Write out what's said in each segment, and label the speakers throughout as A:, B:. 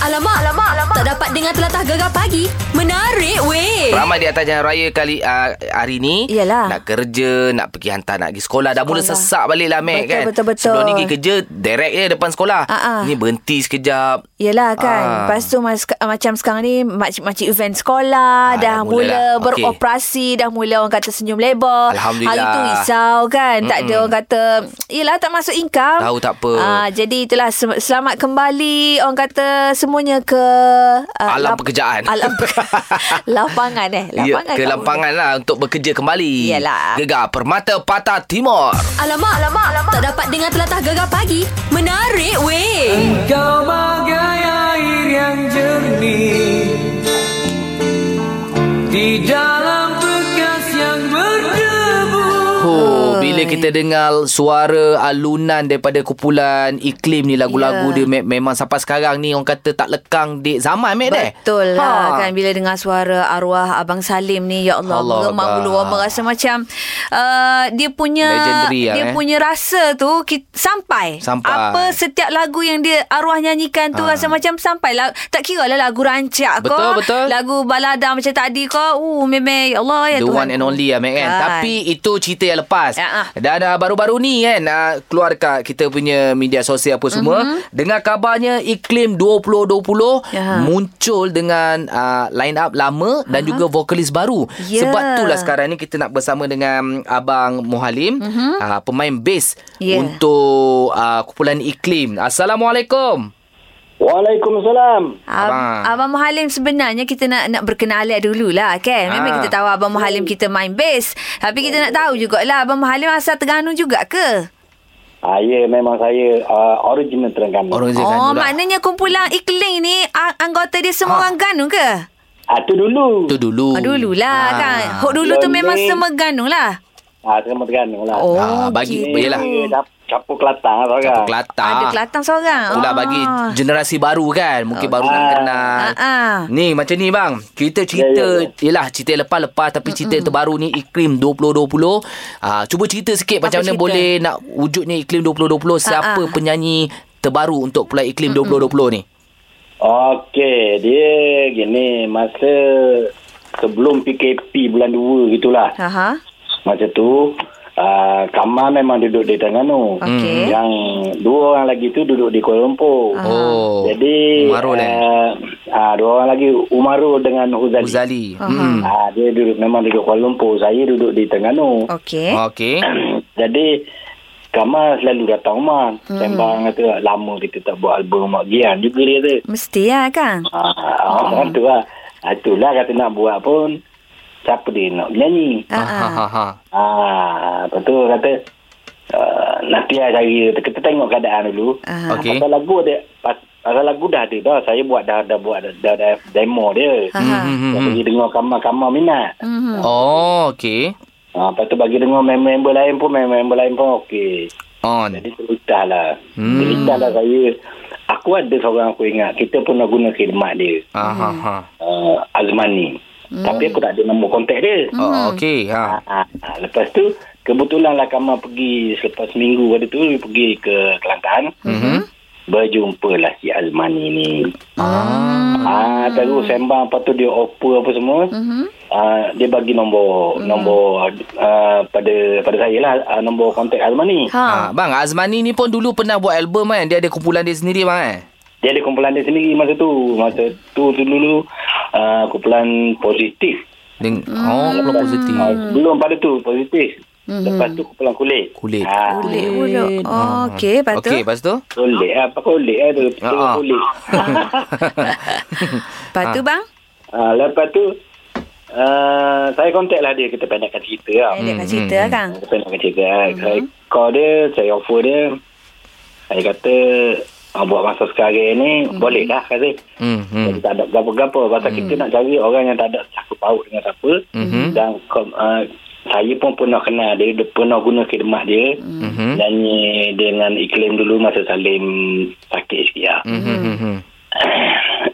A: Alamak, alamak, alamak. Tak dapat dengar telatah gegar pagi. Menarik weh.
B: Ramai di atas jalan raya kali uh, hari ni
A: Yelah.
B: Nak kerja Nak pergi hantar Nak pergi sekolah Dah mula
A: Sekolah.
B: sesak balik lah Mac
A: Betul,
B: kan
A: betul, betul.
B: Sebelum ni pergi kerja Direct je depan sekolah
A: Ah, ah.
B: Ni berhenti sekejap
C: Yelah kan
B: Ah.
C: ah. Lepas tu mas, Macam sekarang ni Makcik-makcik event sekolah
B: Ah,
C: ah, Dah
B: dah mula
C: mula
B: lah. Okey.
C: beroperasi Dah mula orang kata senyum lebar
B: Alhamdulillah.
C: Hari tu risau kan Tak ada orang kata Yelah tak masuk income
B: Tahu tak apa.
C: ah, Jadi itulah se- Selamat kembali Orang kata Semuanya ke ah,
B: Alam pekerjaan.
C: Alam Lapangan eh
B: Ya,
C: Lapangan
B: ke
C: tak
B: lapangan lah Untuk bekerja kembali
C: Yelah.
B: Gegar Permata Patah Timur
A: Alamak, alamak, alamak. Tak dapat dengar telatah gegar pagi. Menarik
B: Eh,
A: weh.
D: Kau bagai air yang jernih Di dalam bekas yang berdebu
B: Oh, bila kita dengar suara alunan daripada kumpulan iklim ni lagu-lagu yeah. dia
C: Ya.
B: me- memang sampai sekarang ni orang kata tak lekang dek Ha. zaman mek deh.
C: Betul lah kan bila dengar suara arwah abang Salim ni ya Allah,
B: Allah
C: Allah meremang
B: Akbar.
C: bulu orang merasa macam uh, dia punya
B: Legendary lah,
C: dia
B: eh.
C: punya rasa tu kita, sampai.
B: Sampai. Ha.
C: apa setiap lagu yang dia arwah nyanyikan tu rasa macam sampai lah tak kira lah lagu rancak
B: Betul,
C: kau
B: betul.
C: lagu balada macam tadi kau uh memang ya Allah ya
B: The
C: Tuhan
B: one and only lah Mac kan.
C: Kan.
B: Tapi itu cerita yang lepas
C: Ya, ah.
B: Dan uh, baru-baru ni kan uh, Keluar dekat kita punya media sosial apa semua
C: Mhm.
B: Dengar kabarnya Iklim 2020
C: Ya.
B: Muncul dengan uh, line up lama Dan juga vokalis baru
C: Ya.
B: Sebab itulah sekarang ni kita nak bersama dengan Abang Muhalim uh, Pemain bass
C: Mhm. Ya.
B: Untuk uh, kumpulan Iklim Assalamualaikum
E: Waalaikumsalam.
C: Ab-
B: Abang.
C: abang. abang Muhalim sebenarnya kita nak nak berkenalan dululah kan. Memang
B: Ah.
C: kita tahu Abang Muhalim kita main bass. Tapi kita nak tahu jugalah Abang Muhalim asal Terengganu juga ke?
E: Ah, ya, memang saya uh, original Terengganu.
B: Orang je
C: oh,
B: Terengganu lah.
C: maknanya kumpulan Ikling ni a- anggota dia semua
B: Ah.
C: orang Ganung ke?
E: Ah, tu dulu.
B: Itu dulu
C: Oh, dululah
B: Ah.
C: kan. Hok dulu tu
E: Yang
C: memang
E: ni-
C: semua Ganung lah.
E: Ah, Terengganu Terengganu lah.
C: Oh,
B: Ah, bagi
C: gitu.
B: yelah.
E: Campur Kelantan lah seorang.
B: Campur Kelantan
C: Ada Kelantan seorang.
B: Itulah bagi generasi baru kan Mungkin baru nak
E: Ah.
B: kenal
C: Ah, ah.
B: Ni macam ni bang Kita cerita
E: Ya, ya,
B: Yelah cerita yang lepas-lepas Tapi cerita yang terbaru ni Iklim 2020 ah, Cuba cerita sikit
C: Apa
B: Macam mana
C: cerita?
B: boleh nak wujudnya Iklim 2020 Siapa
C: ah.
B: penyanyi terbaru untuk pula Iklim 2020 ni
E: Okey, dia gini. Masa sebelum PKP bulan 2 gitulah.
C: Ha ha.
E: Masa tu, uh, Kamal memang duduk di Terengganu. Hmm.
C: Okey.
E: Yang dua orang lagi tu duduk di Kuala Lumpur.
B: Oh
E: Ah. Jadi,
B: Umarul eh
E: uh, ah, dua orang lagi, Umarul dengan Uzali.
B: Uzali
C: Aha.
B: Mm-mm.
E: eh, Ah, dia duduk memang duduk Kuala Lumpur. Saya duduk di Terengganu.
C: Okey.
B: Okey
E: Jadi Kamal selalu datang rumah. Hmm. Sembang kata lama kita tak buat album Mak Gian juga dia tu.
C: Mesti lah kan.
E: Ah, ah, tu lah. Ah, Itulah kata nak buat pun siapa dia nak nyanyi.
C: Ha
B: Ha,
C: ah.
B: ha, ha.
E: Ah, lepas tu kata uh, nanti lah cari kita tengok keadaan dulu.
C: Ah.
B: Okey.
E: Pasal lagu dia pas- pasal lagu dah ada dah. Saya buat dah dah buat dah, dah, dah demo dia.
C: Ha ha.
B: Hmm, hmm,
E: Saya
B: hmm.
E: pergi dengar kamar-kamar minat.
C: Mhm.
B: Oh okey
E: Ah, lepas tu bagi dengar member-member lain pun member-member lain pun okey.
B: On
E: Jadi cerita lah. Hmm. Cerita lah saya. Aku ada seorang aku ingat. Kita pernah guna khidmat dia.
B: Ah, ha, ha.
E: Uh, Azmani. Hmm. Tapi aku tak ada nombor kontak dia.
B: Oh,
E: Hmm.
B: Okey ha.
E: Ha, ha. Lepas tu, kebetulan lah Kamal pergi selepas minggu ada tu. Dia pergi ke Kelantan.
C: Mhm.
E: Hmm. Berjumpa lah si Azmani ni.
B: Ah.
E: Ah, terus sembang lepas tu dia offer apa semua.
C: Mhm.
E: Ah, dia bagi nombor nombor ah, pada pada saya lah ah, nombor kontak Azmani.
C: Ha.
B: Ah, bang, Azmani ni pun dulu pernah buat album kan. Dia ada kumpulan dia sendiri bang eh.
E: Dia ada kumpulan dia sendiri masa tu. Masa tu tu dulu uh, kumpulan positif.
B: Deng-
C: Hmm.
B: Oh, kumpulan positif.
E: Uh, belum pada tu positif. Mm-hmm. Lepas tu kumpulan kulit.
B: Kulit.
C: Mhm.
E: Ha,
C: Kulit pula. Oh, okey. Lepas tu?
B: Hmm. Okey, lepas tu?
E: kulit. Apa kulit eh tu. tu
B: Ah, ah.
E: Kulit.
C: Lepas tu bang?
E: Ah, lepas tu uh, saya kontak lah dia. Kita pendekkan cerita lah.
C: Dia
B: Hmm,
C: akan cerita lah kan.
E: Kita pendekkan cerita. Mm-hmm. Saya call dia. Saya offer dia. Saya kata ah, buat masa sekarang ni boleh lah kata.
B: Hmm. hmm.
E: Jadi tak ada gapo-gapo pasal kita nak cari orang yang tak ada sangkut paut dengan siapa
B: Mhm.
E: dan kom- uh, saya pun pernah kenal dia, dia pernah guna khidmat dia
B: Mhm.
E: nyanyi dengan iklim dulu masa Salim sakit sikit lah
B: Hmm. hmm, hmm.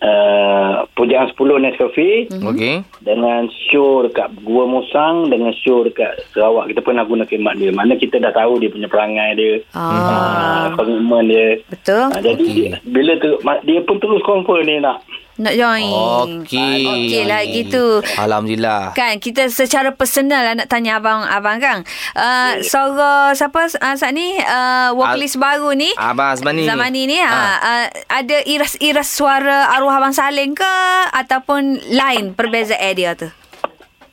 E: uh, puja
F: jam 10 Eh, Nescafe hmm.
B: Okey.
F: dengan show dekat Gua Musang dengan show dekat Sarawak kita pernah guna khidmat dia. Mana kita dah tahu dia punya perangai dia. Ah, komitmen dia.
C: Betul.
F: Ah, jadi
B: Okey.
F: dia, bila tu ma- dia pun terus confirm dia nak.
C: Nak join.
B: Okey.
C: Okey lah gitu.
B: Alhamdulillah.
C: Kan kita secara personal lah nak tanya abang abang Kang. Uh, Sora siapa uh, saat ni uh, vocalist baru ni?
B: Abang Azmani.
C: Zamani ni ha.
B: Ah.
C: uh, ada iras-iras suara arwah abang Salim ke ataupun lain perbezaan dia tu?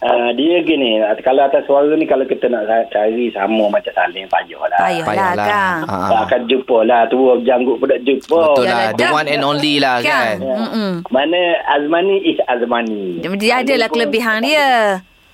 F: Uh, dia gini, kalau atas suara ni kalau kita nak ra- cari sama macam Salim, payah lah.
C: Payah lah
B: Payahlah.
C: Kang.
B: Ah, ah.
F: Tak
E: Ya, kan.
F: akan jumpa lah. Tu orang janggut pun tak jumpa.
B: Betul
C: Yalah,
B: lah. The
C: dah.
B: one and only lah
C: Ya, Kan?
B: kan.
C: Mm-mm.
F: Mana Azmani is Azmani.
C: Dia adalah
F: Azmani pun-
C: kelebihan dia.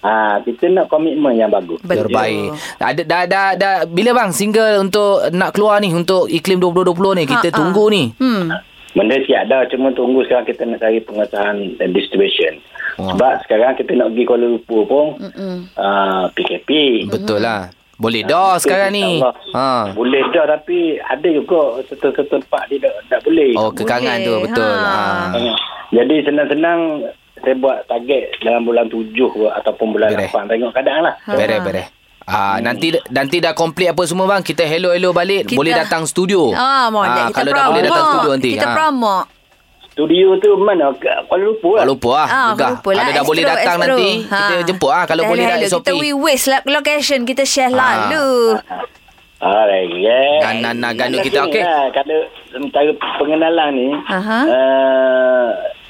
F: Ah, kita nak komitmen yang bagus.
C: Betul.
B: Terbaik. Ah, Ada dah, dah dah bila bang single untuk nak keluar ni untuk iklim 2020 ni kita
C: Ha, ha.
B: tunggu ni.
C: Hmm.
F: Benda siap dah. Cuma tunggu sekarang kita nak cari pengesahan dan distribution.
B: Wah. Hmm.
F: Sebab sekarang kita nak pergi Kuala Lumpur pun uh, PKP.
B: Betul lah. Boleh dah
F: Betul,
B: sekarang ni.
F: insyaAllah.
B: Ha.
F: Boleh dah tapi ada juga satu-satu tempat dia tak, tak boleh.
B: Oh kekangan tu
C: Boleh,
B: betul.
C: ha.
B: Ha.
F: Ah. Jadi senang-senang saya buat target dalam bulan tujuh ke ataupun bulan
B: Beres.
F: lapan. Tengok keadaan lah.
B: Beres beres. Ah nanti nanti dah complete apa semua bang kita hello-hello balik
C: Kita-
B: boleh datang studio.
C: Ah,
B: Ah,
C: molek. kita
B: kalau
C: promo.
B: dah boleh datang studio nanti.
C: Kita
B: Ah.
C: promo.
F: Studio tu mana? Ke- Kuala Lumpur lah.
B: Tak lupa lah.
C: Ah,
B: Gegar.
C: lupa lah.
B: Kalau dah
C: Astro,
B: boleh datang
C: Astro.
B: nanti, kita
C: Ha.
B: jemput lah. Kalau
C: Kita
B: boleh dah
C: hello.
B: SOP.
C: Kita we waste lah location. Kita share
B: Ha.
C: lalu.
F: Alright, yeah.
B: Dan- dan- dan ganda kita, okey?
F: Lah, kalau sementara pengenalan ni,
C: Aha.
F: uh,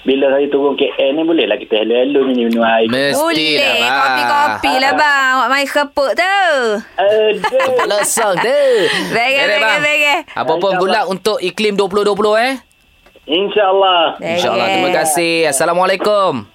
F: bila saya turun KL ni, bolehlah kita hello-hello minum-minum air.
B: Mesti
C: Boleh.
B: lah bang.
C: Kopi-kopi lah bang. Awak main kepuk tu.
B: Ah,
F: Aduh.
B: Lesong tu.
C: Baik,
B: Baik,
C: baik,
B: bang.
C: baik.
B: Apa pun good luck untuk iklim 2020 eh.
F: InsyaAllah.
C: Baik.
B: InsyaAllah. Terima kasih. Assalamualaikum.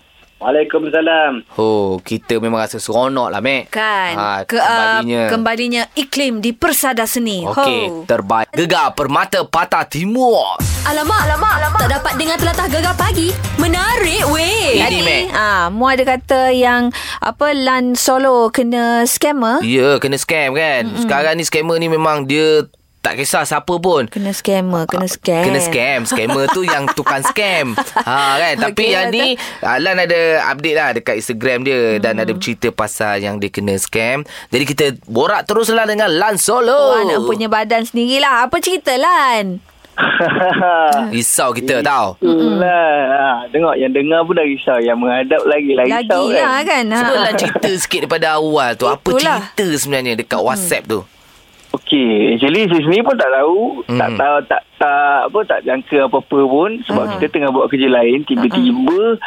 F: Waalaikumsalam.
B: Oh, kita memang rasa seronok lah, Mek.
C: Kan.
B: Ha,
C: Ke,
B: kembalinya.
C: Uh, kembalinya iklim di Persada Seni.
B: Okey,
C: Ho.
B: terbaik. Gegar Permata Patah Timur.
G: Alamak, alamak, alamak. Tak dapat dengar telatah gegar pagi. Menarik weh.
B: Ini, Mek.
C: Ah, mu ada kata yang apa Lan Solo kena scammer?
B: Ya, kena scam kan. Sekarang ni scammer ni memang dia tak kisah siapa pun.
C: Kena scammer, kena scam.
B: Kena scam Scammer tu yang tukang scam ha, kan? Tapi
C: Okey,
B: yang ni Alan ada update lah Dekat Instagram dia hmm. Dan ada cerita pasal Yang dia kena scam Jadi kita borak teruslah Dengan Lan Solo
C: Wan Oh, punya badan sendirilah. Apa cerita Lan?
B: Risau kita tau
E: Itulah. Ha,
F: Ah,
E: tengok yang dengar pun dah risau. Yang menghadap lagi lah risau kan.
C: Lagilah kan. kan?
B: Cuba Lan cerita sikit Daripada awal tu Apa
C: Itulah.
B: cerita sebenarnya Dekat WhatsApp tu
E: Okey. Actually saya sendiri pun tak tahu.
B: Mm.
E: Tak tahu. Tak, tak apa tak jangka apa-apa pun. Sebab kita tengah buat kerja lain. Tiba-tiba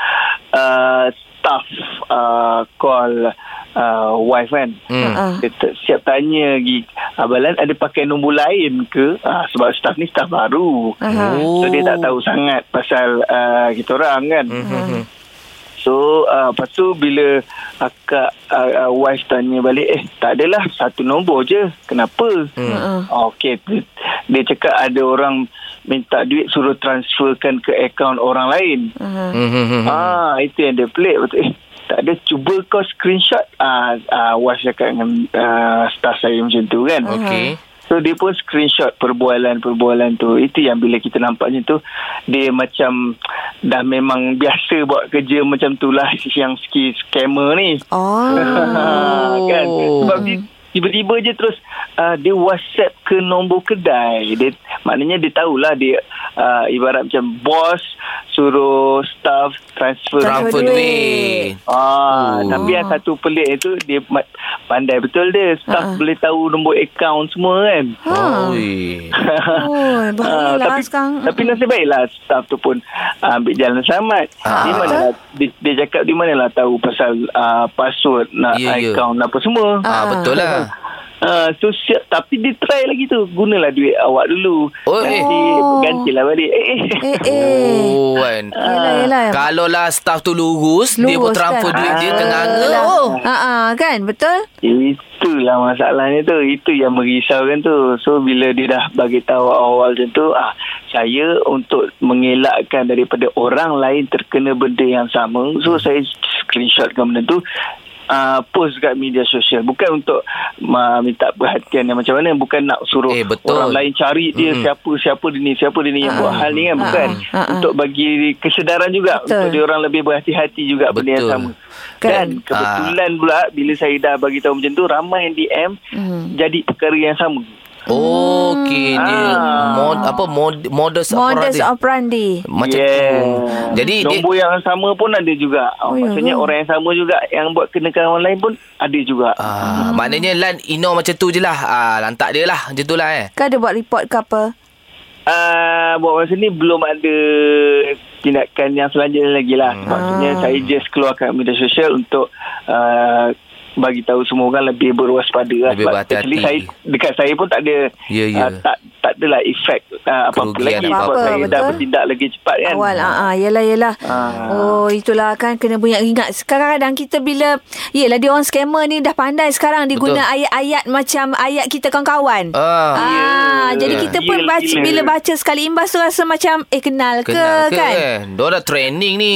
E: uh, staff uh, call uh, wife kan.
B: Hmm.
C: Ha.
E: Dia t- siap tanya lagi Abang Lan ada pakai nombor lain ke ha, Sebab staff ni staff baru
C: Aha.
E: So dia tak tahu sangat Pasal uh, kita orang kan
B: Mhm.
E: So uh, Lepas tu bila Akak uh, uh, Wife tanya balik Eh tak adalah Satu nombor je Kenapa
C: Mm.
E: hmm. Okay dia, dia cakap ada orang Minta duit Suruh transferkan ke akaun orang lain
C: Aha.
B: Mhm.
E: hmm. Ah Itu yang dia pelik Betul Eh tak ada cuba kau screenshot ah ah wife cakap dengan ah, staff saya macam tu kan
B: Okey
E: So dia pun screenshot perbualan-perbualan tu. Itu yang bila kita nampaknya tu dia macam dah memang biasa buat kerja macam tu lah yang ski scammer ni.
C: Oh.
E: kan? Sebab dia tiba-tiba je terus uh, dia WhatsApp ke nombor kedai. Dia maknanya dia tahulah dia uh, ibarat macam bos suruh staff transfer
C: Transfer
B: Transfer duit
E: Ah,
B: Oh.
E: tapi yang satu pelik tu dia ma- pandai betul dia
C: Ha-ha.
E: staff boleh tahu nombor akaun semua kan.
C: Ha. Ah.
B: Oh.
C: Oh,
E: Ah,
C: bahayalah
E: tapi,
C: sekarang.
E: Tapi nasib baiklah staff tu pun uh, ambil jalan selamat.
B: Ah,
E: di mana dia, dia cakap di manalah tahu pasal uh, password nak
B: Ya, ya.
E: yeah, account apa semua.
B: Ah, betul lah
E: Uh, so siap tapi dia try lagi tu gunalah duit awak dulu
B: Oh, eh.
E: nanti
C: Oh.
E: gantilah balik eh, eh.
C: Eh, eh.
B: Oh kan
C: Yelah, yelah.
B: Kalau lah staff tu lurus, lurus dia
C: Lurus
B: pun transfer
C: kan?
B: duit dia
E: Ah.
B: tengah
C: Lah.
B: oh.
C: Ha ah, kan betul?
E: Itulah masalahnya tu. Itu yang merisaukan tu. So, bila dia dah bagi tahu awal macam tu, ah, saya untuk mengelakkan daripada orang lain terkena benda yang sama. So, saya screenshotkan benda tu. uh, post kat media sosial bukan untuk uh, minta perhatian yang macam mana bukan nak suruh
B: Eh, betul.
E: orang lain cari dia
B: Mm-mm.
E: siapa siapa dia ni siapa dia ni yang buat hal ni kan bukan
C: ah, ah.
E: untuk bagi kesedaran juga
C: Betul.
E: untuk dia orang lebih berhati-hati juga benda yang
B: Betul.
E: sama
C: Kan?
E: dan kebetulan pula bila saya dah bagi tahu macam tu ramai yang DM
B: Hmm.
E: jadi perkara yang sama
B: Okey
E: Hmm.
B: dia
E: Ah.
B: mod, apa mod,
C: Modus
B: modus, operandi.
C: operandi.
B: Macam
E: Yeah.
B: tu. Jadi dia
E: Nombor yang sama pun ada juga
C: Oh,
E: oh,
C: ya
E: Maksudnya
C: ke?
E: orang yang sama juga Yang buat kenakan orang lain pun Ada juga
B: Ah, maknanya Lan Ino macam tu je lah. Ah, lantak dia lah. Macam tu lah eh.
C: Kau ada Kan buat report ke apa?
E: uh, Buat masa ni belum ada Tindakan yang selanjutnya lagi lah
B: Hmm.
E: Maksudnya
C: Ah.
E: saya just keluarkan media sosial Untuk uh, bagi tahu semua orang lebih berwaspada lah.
B: Lebih
E: Sebab
B: berhati-hati.
E: actually saya, dekat saya pun tak ada
B: Ya, ya.
E: ah, tak tak adalah efek uh, apa-apa
B: Kerugian
E: lagi
B: apa-apa,
E: sebab saya dah
C: betul.
E: bertindak lagi cepat kan
C: Awal
B: Hmm.
C: ah ah yalah yalah.
E: Ah.
C: Oh itulah kan kena punya ingat. Sekarang kadang kita bila yalah dia orang scammer ni dah pandai sekarang dia
B: Betul.
C: guna ayat-ayat macam ayat kita kawan-kawan.
B: Ah.
C: Ah,
E: Ya.
C: jadi kita pun
E: Gila,
C: baca
E: gila.
C: bila baca sekali imbas tu rasa macam eh kenal,
B: Kenal
C: ke, kan?
B: Diorang dah training ni.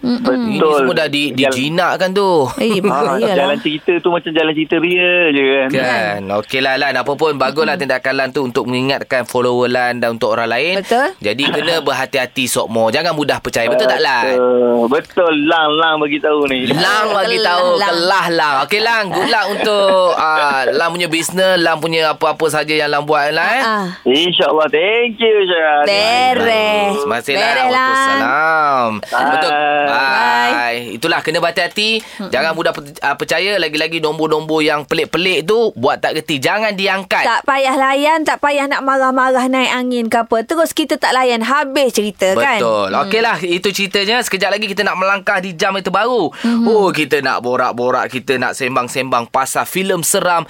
B: Ini
E: Betul.
B: semua dah di, dijinakkan tu.
C: Eh
E: Ah,
C: bahayalah.
E: jalan cerita tu macam jalan cerita real je kan
B: Kan Okey lah Lan Apa pun baguslah tindakan Lan tu Untuk mengingatkan follower Lan Dan untuk orang lain
C: Betul.
B: Jadi kena berhati-hati Sokmo Jangan mudah percaya Betul tak Lan?
E: Betul. Betul. Lang lang bagi tahu ni.
B: Lang bagi tahu
C: Kelang.
B: Kelah Lang Okey Lang Good luck untuk uh, Lang punya bisnes Lang punya apa-apa saja Yang Lang buat Lan eh.
C: Ah.
E: InsyaAllah. Thank you. Syah.
C: Beres.
B: Terima kasih lah.
C: Beres lah.
B: Waalaikumsalam.
E: Bye.
B: Betul.
E: Bye.
B: Bye. Itulah kena berhati-hati. Jangan mudah per- ah, percaya lagi-lagi nombor-nombor yang pelik-pelik tu buat tak reti. Jangan diangkat.
C: Tak payah layan, tak payah nak marah-marah naik angin ke apa. Terus kita tak layan, habis cerita kan?
B: Betul. Okeylah, itu ceritanya. Sekejap lagi kita nak melangkah di jam itu baru.
C: Mm-hmm.
B: Oh, kita nak borak-borak, kita nak sembang-sembang pasal filem seram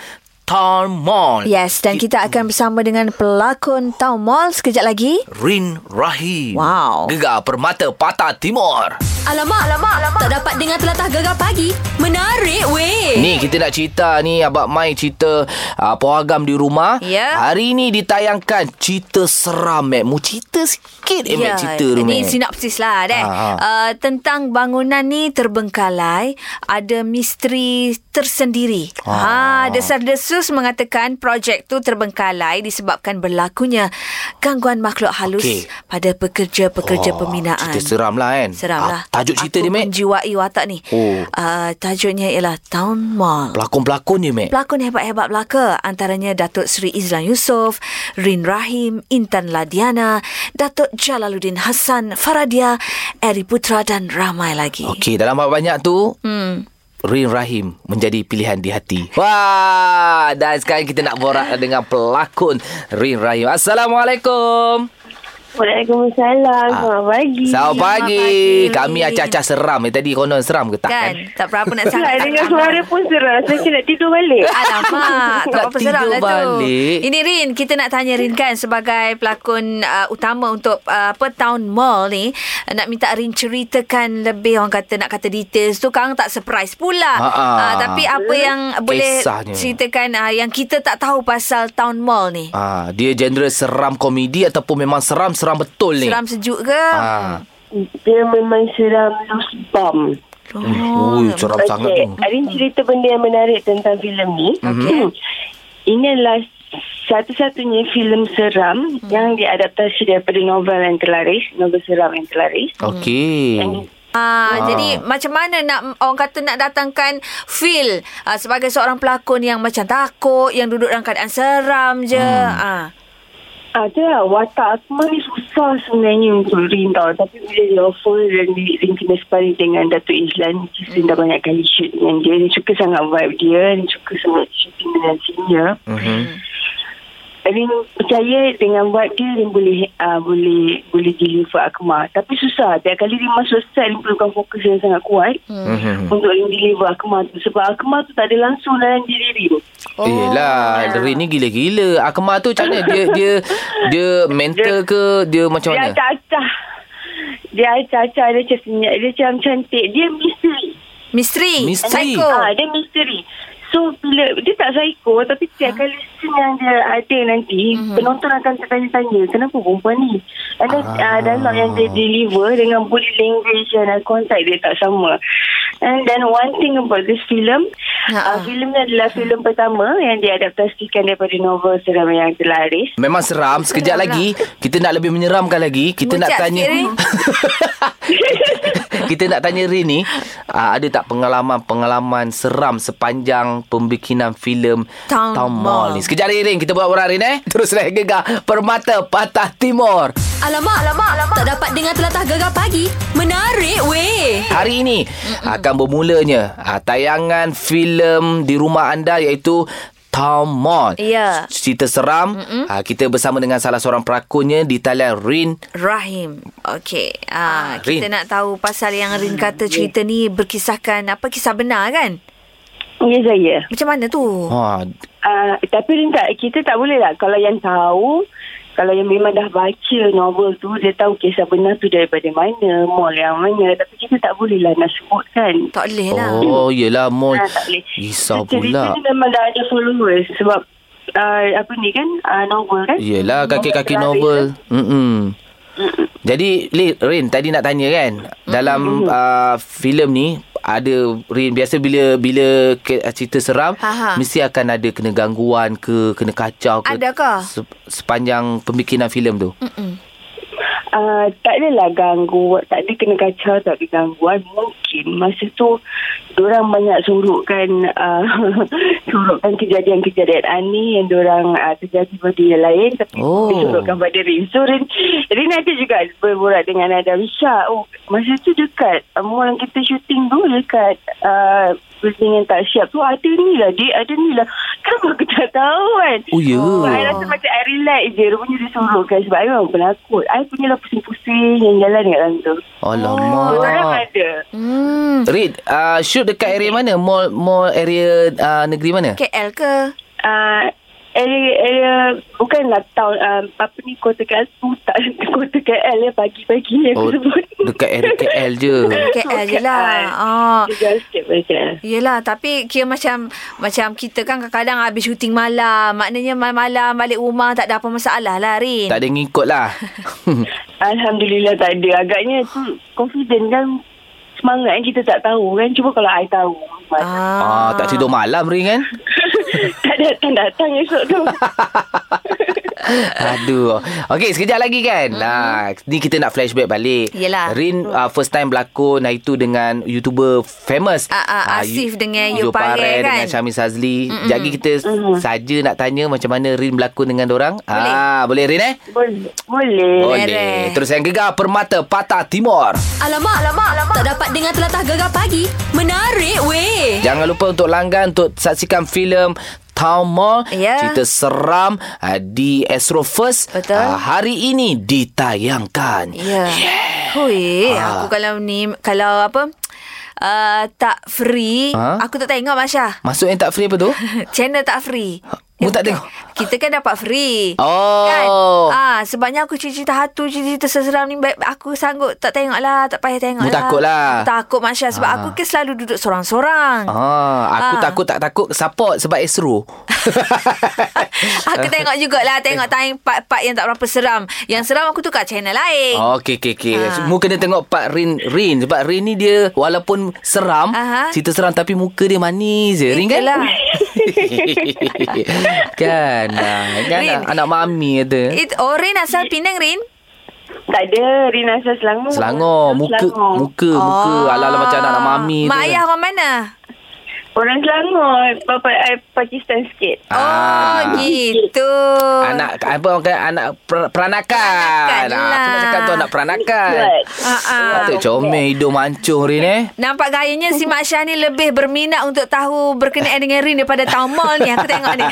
B: Tarmon.
C: Yes, dan kita akan bersama dengan pelakon Tau Mall sekejap lagi.
B: Rin Rahim.
C: Wow.
B: Gegar Permata Patah Timur.
H: Alamak, alamak, alamak. Tak dapat dengar telatah gegar pagi. Menarik
C: Eh.
H: weh.
B: Ni kita nak cerita ni Abang Mai cerita uh, Pohagam di rumah
C: Ya.
B: Hari ni ditayangkan Cerita seram Mek Mu cerita sikit eh,
C: Ya,
B: Mek cerita tu
C: ini
B: Mek.
C: sinopsis lah deh.
B: Ha, ha.
C: Uh, tentang bangunan ni terbengkalai, ada misteri tersendiri.
B: Ah.
C: Ha, desar-desus mengatakan projek tu terbengkalai disebabkan berlakunya gangguan makhluk halus
B: Okey.
C: pada pekerja-pekerja
B: Oh,
C: pembinaan.
B: Cerita seram lah kan
C: Seram
B: Ah,
C: lah.
B: Tajuk cerita
C: Aku
B: dia Mek
C: menjiwai watak ni.
B: Oh.
C: Uh, tajuknya ialah Town Mall.
B: Pelakon-pelakon dia Mek
C: Pelakon hebat-hebat belaka antaranya Datuk Seri Izlan Yusof, Rin Rahim, Intan Ladiana, Datuk Jalaluddin Hassan, Faradia, Eri Putra dan ramai lagi.
B: Okey dalam banyak tu
C: Hmm.
B: Rin Rahim menjadi pilihan di hati. Wah, dan sekarang kita nak borak dengan pelakon Rin Rahim. Assalamualaikum.
C: Hmm,
I: Waalaikumsalam.
B: Ah.
I: Selamat pagi.
B: Selamat pagi.
C: pagi.
B: Kami acah-acah seram. Eh, tadi konon seram ke tak? eh?
C: Kan? Tak berapa nak
I: Tak
C: sangat.
I: dengar suara pun seram. Saya macam nak tidur balik.
C: Alamak, tak
B: Nak
C: apa-apa seram
B: tidur
C: lah tu.
B: balik.
C: Ini Rin, kita nak tanya Rin kan sebagai pelakon uh, utama untuk uh, apa Town Mall ni. Uh, Nak minta Rin ceritakan lebih orang kata nak kata details tu. Kang tak surprise pula.
B: Ha, ha.
C: Uh, tapi apa yang boleh
B: Kisahnya.
C: ceritakan uh, yang kita tak tahu pasal Town Mall ni?
B: Ah, dia genre seram komedi ataupun memang seram-seram betul ni?
C: Seram sejuk ke?
B: Ah.
I: Dia memang seram loose bomb.
C: Oh,
B: Ui, Hmm. seram sangat
I: Okey,
B: tu. Mhm.
I: Arin cerita benda yang menarik tentang filem ni. Okay. Ini adalah satu-satunya filem seram yang diadaptasi daripada novel yang terlaris, novel seram yang terlaris.
B: Okey.
C: Ah,
B: Ah.
C: Jadi macam mana nak orang kata nak datangkan feel ah, sebagai seorang pelakon yang macam takut, yang duduk dalam keadaan seram je. Ah.
B: Hmm.
I: Ada lah, watak Akmal ni susah sebenarnya untuk Rin tau. Tapi bila dia offer dan di- Rin kena sparring dengan Datuk Islan, Rin dah banyak kali shoot dengan dia. Rin suka sangat vibe dia, Rin suka sangat shooting dengan senior.
B: Mhm.
I: Rin percaya dengan vibe dia, Rin boleh uh, boleh boleh deliver Akmal. Tapi susah, tiap kali Rin masuk set, Rin perlukan fokus yang sangat kuat
B: Mhm.
I: untuk Rin deliver Akmal tu. Sebab Akmal tu tak ada langsung dalam diri Rin.
B: Oh. Eh lah, Rin ni gila-gila. Akmal tu macam mana? Dia dia dia mental ke? Dia macam
I: Dia
B: mana?
I: acah-acah. Dia acah-acah, dia macam senyap, dia macam cantik. Dia misteri.
C: Misteri.
B: Misteri.
C: Psycho.
I: Ah, dia misteri. So bila dia tak psycho tapi
B: Ha?
I: tiap kali scene yang dia ada nanti
B: Mhm.
I: mm-hmm. penonton akan tertanya-tanya kenapa perempuan ni. ah, Ada ah. uh, dialog yang dia deliver dengan body language dan eye contact dia tak sama. And then one thing about this film,
C: Ha-ha.
B: Ha,
I: uh, filem ni adalah filem pertama yang diadaptasikan daripada novel seram yang telah laris.
B: Memang seram Sekejap lagi Kita nak lebih menyeramkan lagi Kita nak
C: Mucat
B: tanya
C: sikit, Rin.
B: Kita nak tanya Rin ni uh, Ada tak pengalaman-pengalaman seram Sepanjang pembikinan filem
C: Town
B: Town
C: Mall.
B: Mall ni Sekejap lagi Rin Kita buat-buat Rin eh Terus raya gegar Permata Patah Timur
A: Alamak, alamak, alamak. Tak dapat dengar telatah gegar pagi. Menarik weh.
B: Hari ini akan bermulanya ah, tayangan filem di rumah anda iaitu Town Mall.
C: Ya.
B: Cerita seram. Ah, kita bersama dengan salah seorang pelakonnya di talian Rin.
C: Rahim. Okey. Ah,
B: Ah,
C: kita
B: Rin.
C: nak tahu pasal yang Rin kata cerita ni berkisahkan apa kisah benar kan?
I: Ya saya.
C: Macam mana tu?
B: Ha,
I: Uh, tapi Rin tak, kita tak boleh lah. Kalau yang tahu, kalau yang memang dah baca novel tu, dia tahu kisah benar tu daripada mana, mall yang mana. Tapi kita tak boleh lah nak sebut kan.
C: Tak boleh lah.
B: oh, yelah Mol.
I: Ah, tak boleh.
B: Risau
I: Cerita
B: pula.
I: ni memang dah ada followers sebab uh, apa ni kan, uh, novel kan.
B: Yelah kaki-kaki
I: telah
B: novel. Mm-mm. Jadi Li- Rin tadi nak tanya kan dalam uh, filem ni ada Rin biasa bila bila ke- cerita seram
C: Ha, ha.
B: mesti akan ada kena gangguan ke kena kacau ke
C: Adakah?
B: se- sepanjang pembikinan filem tu.
I: Uh, tak adalah gangguan, tak ada kena kacau, tak ada gangguan. Mungkin masa tu orang banyak sorokkan uh, sorokkan kejadian-kejadian aneh yang orang uh, terjadi pada yang lain tapi
B: Oh.
I: oh. disorokkan pada Rin. So Rin, Rin ada juga berborak dengan Nada Wisha. Oh, masa tu dekat uh, mall yang kita syuting tu dekat uh, building yang tak siap tu ada ni lah dek, ada ni lah. Kenapa aku tak tahu kan?
B: Oh, ya.
I: So, I rasa macam I relax je Rupanya dia suruh kan Sebab I memang penakut I punya lah pusing-pusing Yang jalan kat dalam tu
B: Alamak.
I: Orang ada
C: Hmm.
B: Rin, uh, shoot dekat area mana? Mall mall area uh, negeri mana?
C: KL ke?
I: uh, Area, area Bukanlah town um, Apa ni Kota KL tu tak, Kota KL ya Pagi-pagi yang
B: Oh,
I: aku sebut
B: dekat area KL je.
C: KL je lah. Ah.
I: Ah. Dia jauh sikit pada KL
C: Yelah tapi kira macam macam kita kan kadang-kadang habis syuting malam. Maknanya malam balik rumah tak ada apa masalah lah Rin.
B: Tak ada ngikut lah.
I: Alhamdulillah tak ada Agaknya tu Confident kan Semangat yang kita tak tahu kan Cuba kalau I tahu
B: ah, tak tidur malam Rin kan?
I: Tak datang-datang esok tu
B: Aduh. Okey, sekejap lagi kan. Nah, ni kita nak flashback balik.
C: Mhm. Yelah.
B: Rin uh, first time berlakon hari tu dengan YouTuber famous.
C: Ah, ah, Asif
B: Yu-
C: dengan Yu Pare, kan?
B: dengan Syamil Sazli. Jadi kita saja nak tanya macam mana Rin berlakon dengan orang. Boleh. Ah, boleh Rin eh?
I: Boleh Boleh
B: Boleh. Terus yang gegar Permata Patah Timur.
A: Alamak, alamak, alamak. Tak dapat dengar telatah gegar pagi. Menarik weh.
C: Eh.
B: Jangan lupa untuk langgan untuk saksikan filem Town Mall
C: Ya.
B: cerita seram uh, di Astro First
C: Betul.
B: ah, hari ini ditayangkan.
C: Ya. Hui,
B: Ah.
C: aku kalau ni kalau apa uh, tak free,
B: Ha?
C: aku tak tengok Masya.
B: Masuk yang tak free apa tu?
C: Channel tak free.
B: Oh, tak
C: bukan.
B: tengok.
C: Kita kan dapat free.
B: Oh.
C: Kan? Ah, sebabnya aku cerita hantu, cerita seseram ni baik aku sanggup tak tengok lah, tak payah tengok
B: Mu
C: lah.
B: takut
C: Aku
B: lah.
C: takut Masya sebab aku kan selalu duduk seorang-seorang.
B: Ah, aku
C: Ah.
B: takut tak takut support sebab Astro.
C: aku tengok jugalah Tengok time part-part yang tak berapa seram Yang seram aku tukar channel lain
B: Oh, Okey okey okey.
C: Eh. Ah.
B: Mu kena tengok Pak Rin Rin sebab Rin ni dia walaupun seram,
C: Aha.
B: cerita seram tapi muka dia manis je. Rin kan?
C: Itulah.
B: kan. ah, kan
C: Rin.
B: anak, anak mami ada.
C: It, oh Rin asal Penang Rin
I: Tak ada Rina asal Selangor
B: Selangor, muka
I: Selangor.
B: muka muka ala-ala macam anak-anak mami
C: Oh. Mak
B: tu. kan?
C: ayah orang mana?
I: Orang Selangor Bapa I Pakistan sikit
B: Ah.
C: Oh gitu
B: Anak apa orang kata anak per- peranakan.
C: Peranakan
B: Ah, aku nak
C: lah.
B: cakap tu anak peranakan.
C: Ah, ah.
B: Patut comel hidung mancung Rin eh.
C: Nampak gayanya si Mak Syah ni lebih berminat untuk tahu berkenaan dengan Rin daripada Town Mall ni. Aku tengok ni.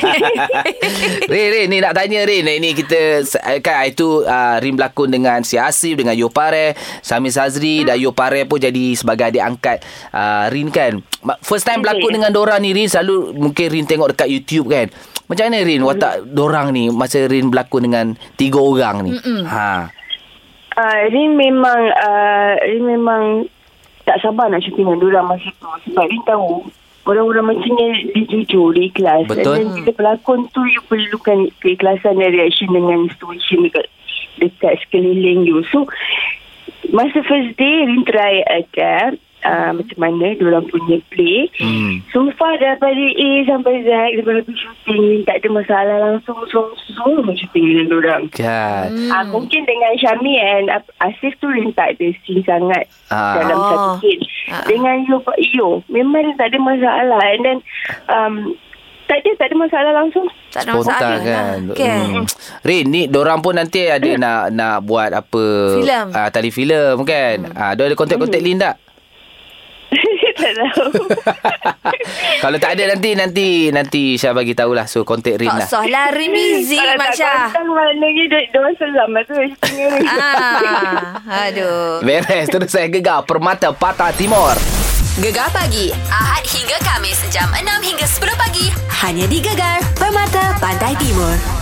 B: Rin, Rin, ni nak tanya Rin. Ni kita, kan itu uh, Rin berlakon dengan si Asif, dengan Yopare, Samir Sazri
C: Hmm.
B: dan Yopare pun jadi sebagai adik angkat uh, Rin kan. Ma- First time berlakon dengan Dora ni Rin, selalu mungkin Rin tengok dekat YouTube kan. Macam mana Rin watak
C: Hmm.
B: dorang ni masa Rin berlakon dengan tiga orang ni?
C: hmm.
B: Ha.
I: uh, Rin memang uh, Rin memang Tak sabar nak syuting dengan diorang masa tu Sebab Rin tahu Orang-orang macam ni Dia jujur Dia ikhlas
B: Betul.
I: Dan bila pelakon tu You perlukan keikhlasan Dan reaction dengan situation Dekat dekat sekeliling you So Masa first day Rin try uh, uh, macam mana diorang punya play. Hmm. So far daripada A sampai Z, daripada habis shooting, tak ada masalah langsung langsung semua shooting dengan diorang.
B: Kan.
I: Hmm. Uh, mungkin dengan Syami and Af- Asif tu dia tak ada scene sangat
B: Ah.
I: dalam
C: Oh.
I: satu kit.
C: Ah.
I: Dengan Yo, Yo memang tak ada masalah. And then, um, tak ada, tak ada masalah langsung.
C: Tak ada masalah
B: Spontan kan.
C: lah. Kan? Hmm.
B: Hmm. Rin, ni dorang pun nanti ada nak nak buat apa?
C: Filem. Hmm.
B: Ah, tali filem kan. Ah, dia ada kontak-kontak Lin tak?
I: tak tahu.
B: Kalau tak ada nanti nanti nanti Syah bagi tahulah. So contact Rin
C: Tak
B: lah.
C: usah lah. Rimizi,
I: Kalau
C: Mak
I: tak
C: Syah.
I: kontang maknanya dia, dia orang selam lah tu.
C: Ah, aduh.
B: Beres. Terus saya gegar Permata Patah Timur.
A: Gegar pagi Ahad hingga Kamis jam 6 hingga 10 pagi hanya di Gegar Permata Pantai Timur.